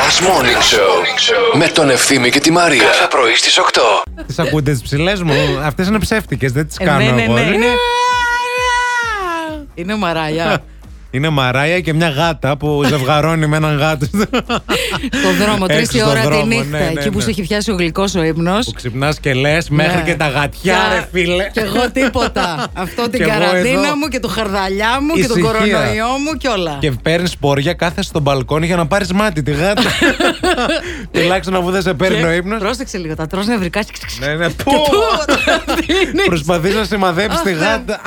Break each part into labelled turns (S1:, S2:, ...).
S1: Last Morning Show με τον Ευθύμη και τη Μαρία. Κάθε πρωί στις 8.
S2: Τις ακούτε τις ψηλές μου, αυτές είναι ψεύτικες, δεν τις
S3: Ε,
S2: κάνω
S3: ναι, ναι,
S2: εγώ.
S3: ναι,
S2: Είναι-
S3: είναι- Είναι μαράγια.
S2: Είναι μαράια και μια γάτα που ζευγαρώνει με έναν γάτο.
S3: το δρόμο, τρεις
S2: Έξω
S3: η
S2: στον
S3: ώρα
S2: δρόμο,
S3: τη
S2: ναι,
S3: νύχτα.
S2: ναι,
S3: εκεί που
S2: ναι.
S3: σου έχει πιάσει ο γλυκός ο ύπνος.
S2: που ξυπνάς και λες μέχρι
S3: Ναι.
S2: και τα γατιά,
S3: Κα-
S2: ρε φίλε.
S3: Κι εγώ τίποτα. Αυτό την
S2: Κι εγώ
S3: καραντίνα
S2: εδώ.
S3: μου και το χαρδαλιά μου και τον
S2: Ησυχία.
S3: κορονοϊό μου και όλα.
S2: Και παίρνεις πορεία, κάθεσαι στο μπαλκόνι για να πάρεις μάτι τη γάτα. Τουλάχιστον αφού δεν σε παίρνει ο ύπνος.
S3: Πρόσεξε λίγο, τα τρως νευρικά.
S2: Ναι, ναι, πού!
S3: Προσπαθείς
S2: Προσπαθείς να σημαδέψεις τη
S3: ναι.
S2: γάτα.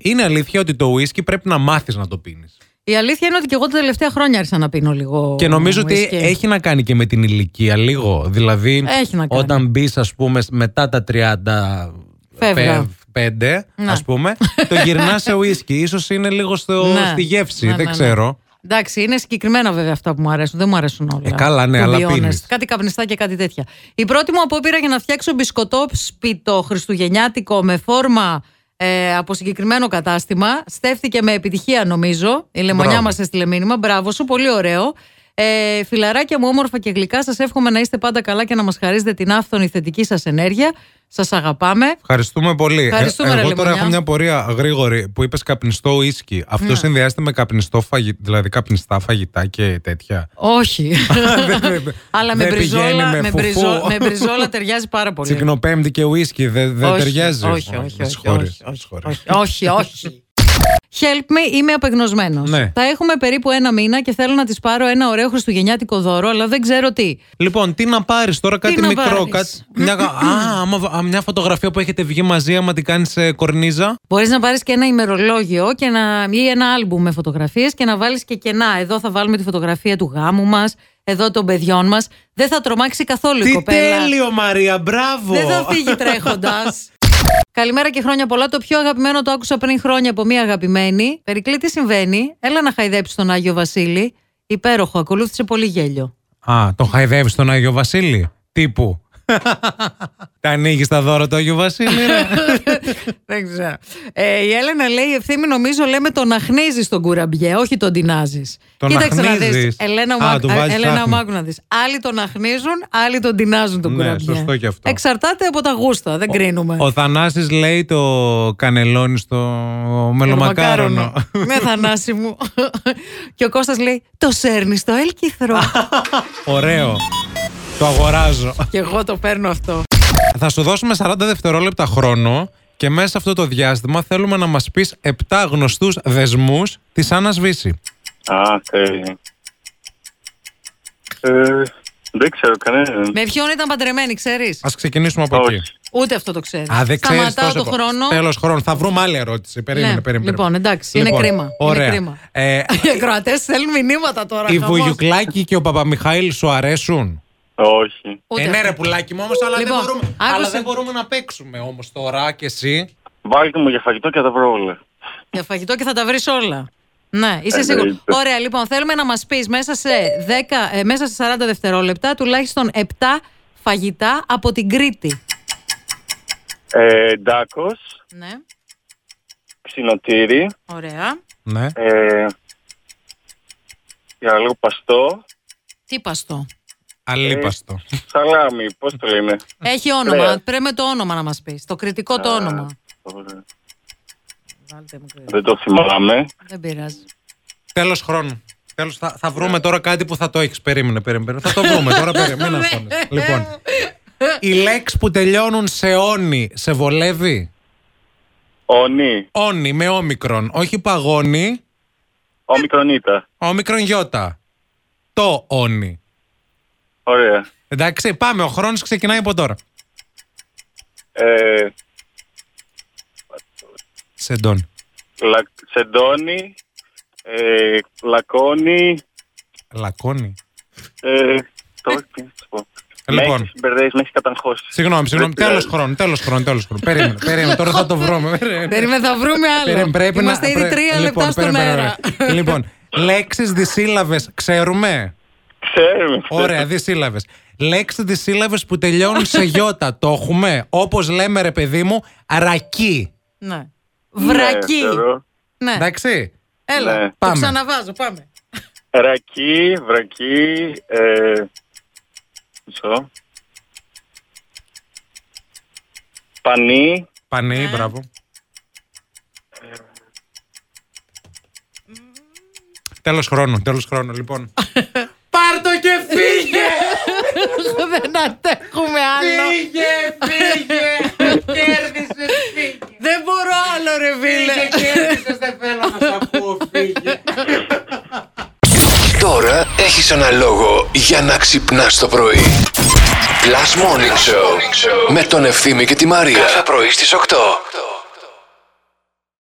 S2: Είναι αλήθεια ότι το ουίσκι πρέπει να μάθεις να το πίνεις.
S3: Η αλήθεια είναι ότι και εγώ τα τελευταία χρόνια άρχισα να πίνω λίγο.
S2: Και νομίζω ότι
S3: whisky.
S2: έχει να κάνει και με την ηλικία λίγο. Δηλαδή,
S3: Έχει να κάνει.
S2: όταν μπεις, ας πούμε, μετά τα 30.
S3: Φεύγα.
S2: 5,
S3: Ναι.
S2: ας πούμε, το γυρνάς σε ουίσκι. Ίσως είναι λίγο στο,
S3: Ναι.
S2: στη γεύση,
S3: Ναι,
S2: δεν
S3: ναι, ναι.
S2: ξέρω.
S3: Εντάξει, είναι συγκεκριμένα βέβαια αυτά που μου αρέσουν. Δεν μου αρέσουν όλα.
S2: Ε, καλά, ναι,
S3: To be
S2: αλλά
S3: honest.
S2: πίνεις.
S3: Κάτι καπνιστά και κάτι τέτοια. Η πρώτη μου απόπειρα για να φτιάξω μπισκοτό σπιτό χριστουγεννιάτικο με φόρμα ε, από συγκεκριμένο κατάστημα στέφθηκε με επιτυχία νομίζω. Η λεμονιά
S2: Μπράβο.
S3: μας έστειλε μήνυμα. Μπράβο σου, πολύ ωραίο. Ε, φιλαράκια μου, όμορφα και γλυκά, σας εύχομαι να είστε πάντα καλά και να μας χαρίζετε την άφθονη θετική σας ενέργεια. Σας αγαπάμε.
S2: Ευχαριστούμε πολύ.
S3: Ευχαριστούμε,
S2: Ε,
S3: ρε,
S2: εγώ τώρα
S3: Λεμονιά.
S2: έχω μια πορεία γρήγορη που είπες καπνιστό ουίσκι. Αυτό
S3: Ναι.
S2: συνδυάζεται με καπνιστό φαγη, δηλαδή καπνιστά φαγητά και τέτοια.
S3: Όχι.
S2: Δεν- δεν-
S3: Αλλά με
S2: δεν πηγαίνει
S3: μπριζόλα,
S2: με
S3: με,
S2: φουφού.
S3: μπριζό- με μπριζόλα ταιριάζει πάρα πολύ.
S2: Τσικνοπέμπτη και ουίσκι δεν δεν
S3: Όχι,
S2: ταιριάζει.
S3: Όχι, όχι,
S2: Με
S3: όχι.
S2: συγχωρείς,
S3: όχι,
S2: με
S3: όχι,
S2: συγχωρείς.
S3: όχι, όχι, όχι. Help me, είμαι απεγνωσμένος.
S2: Ναι.
S3: Θα έχουμε περίπου ένα μήνα και θέλω να της πάρω ένα ωραίο χριστουγεννιάτικο δώρο, αλλά δεν ξέρω τι.
S2: Λοιπόν, τι να πάρεις τώρα, κάτι
S3: να
S2: μικρό.
S3: πάρεις?
S2: Κάτι, μια, α, άμα, βα- α, μια φωτογραφία που έχετε βγει μαζί, άμα την κάνεις σε κορνίζα.
S3: Μπορείς να πάρεις και ένα ημερολόγιο και να, ή ένα άλμπουμ με φωτογραφίες και να βάλεις και κενά. Εδώ θα βάλουμε τη φωτογραφία του γάμου μας, εδώ των παιδιών μας. Δεν θα τρομάξει καθόλου η
S2: Τι
S3: κοπέλα.
S2: τέλειο, Μαρία, μπράβο!
S3: Δεν θα φύγει τρέχοντας. Καλημέρα και χρόνια πολλά. Το πιο αγαπημένο το άκουσα πριν χρόνια από μία αγαπημένη. Περικλή, τι συμβαίνει. Έλα να χαϊδέψεις τον Άγιο Βασίλη. Υπέροχο, ακολούθησε πολύ γέλιο.
S2: Α, τον χαϊδεύεις τον Άγιο Βασίλη. Τύπου. Τα ανοίγεις τα δώρα του Άγιο Βασίλη, ρε.
S3: Δεν ξέρω. Ε, η Έλενα λέει: Ευθύμη, νομίζω λέμε τον αχνίζεις τον κουραμπιέ, όχι τον τεινάζεις.
S2: Τον αχνίζεις.
S3: Ελένα,
S2: Α,
S3: μου
S2: του βάζεις
S3: Ελένα
S2: άχνη.
S3: μάκου να δεις. Άλλοι τον αχνίζουν, άλλοι τον τεινάζουν τον
S2: Ναι,
S3: κουραμπιέ.
S2: σωστό και αυτό.
S3: Εξαρτάται από τα γούστα, δεν κρίνουμε.
S2: Ο Θανάσης λέει το κανελόνι στο μελομακάρονο.
S3: Με Ναι, θανάση μου. και ο Κώστας λέει: Το σέρνεις στο έλκυθρο.
S2: Ωραίο. Το αγοράζω.
S3: και εγώ το παίρνω αυτό.
S2: Θα σου δώσουμε 40 δευτερόλεπτα χρόνο και μέσα σε αυτό το διάστημα θέλουμε να μας πεις 7 γνωστούς δεσμούς της Άννας Βύση.
S4: Α, τέλεια. Ε, δεν ξέρω κανέναν.
S3: Με ποιον ήταν παντρεμένη, ξέρεις.
S2: Ας ξεκινήσουμε από
S4: Όχι.
S2: εκεί.
S3: Ούτε αυτό το ξέρεις.
S2: Α, δεν ξέρεις
S3: Σταματάω
S2: τόσο
S3: το χρόνο.
S2: Τέλος χρόνου. Θα βρούμε άλλη ερώτηση. Περίμενε,
S3: Ναι.
S2: περίμενε.
S3: Λοιπόν, εντάξει, είναι κρίμα. Είναι
S2: Ωραία.
S3: κρίμα.
S2: Ε,
S3: Οι ακροατές θέλουν μηνύματα τώρα.
S2: η
S3: χαμός.
S2: Βουγιουκλάκη και ο Παπαμιχάηλ σου αρέσουν.
S4: Όχι.
S3: Ούτε
S2: ε, ναι,
S3: αυτό.
S2: ρε πουλάκι μου, όμως, αλλά,
S3: Λοιπόν,
S2: δεν μπορούμε,
S3: άκουσε.
S2: αλλά δεν μπορούμε να παίξουμε όμως τώρα και εσύ.
S4: Βάλτε μου για φαγητό και θα τα βρω όλα.
S3: Για φαγητό και θα τα βρεις όλα. Ναι, είσαι
S4: Εννοείται.
S3: σίγουρο. Ωραία, λοιπόν, θέλουμε να μας πεις μέσα, σε 10, ε, μέσα σε 40 δευτερόλεπτα τουλάχιστον 7 φαγητά από την Κρήτη.
S4: Ε, ντάκος,
S3: Ναι,
S4: ξινοτήρι,
S3: ωραία.
S2: Ναι.
S4: ε, για λίγο παστό,
S3: Τι παστό.
S2: Αλίπαστο.
S4: σαλάμι, πώς το λένε.
S3: Έχει όνομα.
S4: Κρέας.
S3: Πρέπει με το όνομα να μας πεις. Το κριτικό το όνομα.
S4: Ωραία.
S3: Βάλτε μου κρέας.
S4: Ε, Δεν το θυμάμαι.
S3: Δεν πειράζει.
S2: Τέλος χρόνου. Τέλος, θα, θα βρούμε τώρα κάτι που θα το έχεις. Περίμενε, περίμενε. Θα το βρούμε τώρα, περίμενε. Μην αγχώνεσαι. λοιπόν, οι λέξεις που τελειώνουν σε όνι, σε βολεύει.
S4: Ονί,
S2: Όνι με όμικρον, όχι παγόνι,
S4: ομικρονίτα.
S2: όμικρον γιώτα. Το όνι.
S4: Ωραία.
S2: Εντάξει, πάμε. Ο χρόνος ξεκινάει από τώρα.
S4: Ε,
S2: Σεντόν.
S4: λα, σεντόνι, ε, λακώνι,
S2: Λακώνει.
S4: ε, τώρα τι να σου πω.
S2: Λοιπόν.
S4: Με έχεις μπερδέψει, με έχεις καταγχώσει.
S2: Συγγνώμη, συγγνώμη.
S4: Δεν
S2: Τέλος
S4: πειράζει.
S2: χρόνου, τέλος χρόνου, τέλος χρόνου. Περίμενε, περίμενε. Τώρα θα το βρούμε. Περίμενε.
S3: Περίμενε, θα βρούμε άλλο.
S2: Περίμενε, πρέπει
S3: Είμαστε
S2: να,
S3: ήδη
S2: πρέ-
S3: τρία λεπτά
S2: λοιπόν,
S3: στον
S2: περίμενε,
S3: αέρα.
S2: ωραία. λοιπόν, λέξεις δυσύλλαβες ξέρουμε.
S4: Ξέρουμε.
S2: Ωραία, δυσύλλαβες. Λέξεις δυσύλλαβες που τελειώνουν σε γιώτα. Το έχουμε. Όπως λέμε ρε παιδί μου, ρακί.
S3: Ναι.
S4: Ναι,
S3: Βρακή.
S4: θεωρώ.
S3: Ναι.
S2: Εντάξει.
S3: Έλα.
S4: Ναι.
S3: Το
S2: Πάμε.
S3: ξαναβάζω, πάμε.
S4: Ρακί, βρακί, ε, μισό. Πανί,
S5: Πανί,
S2: Ναι.
S5: μπράβο. Τέλος χρόνου, τέλος χρόνου, λοιπόν. Πάρ' το και φύγε!
S3: Δεν αντέχουμε άλλο.
S5: Φύγε, φύγε! Κέρδισε, φύγε!
S3: Δεν μπορώ άλλο, ρε φίλε.
S5: κέρδισε, δεν θέλω να σε ακούω, φύγε!
S1: Τώρα έχεις ένα λόγο για να ξυπνάς το πρωί. Last Morning Show με τον Ευθύμη και τη Μαρία. Κάθε πρωί στις 8.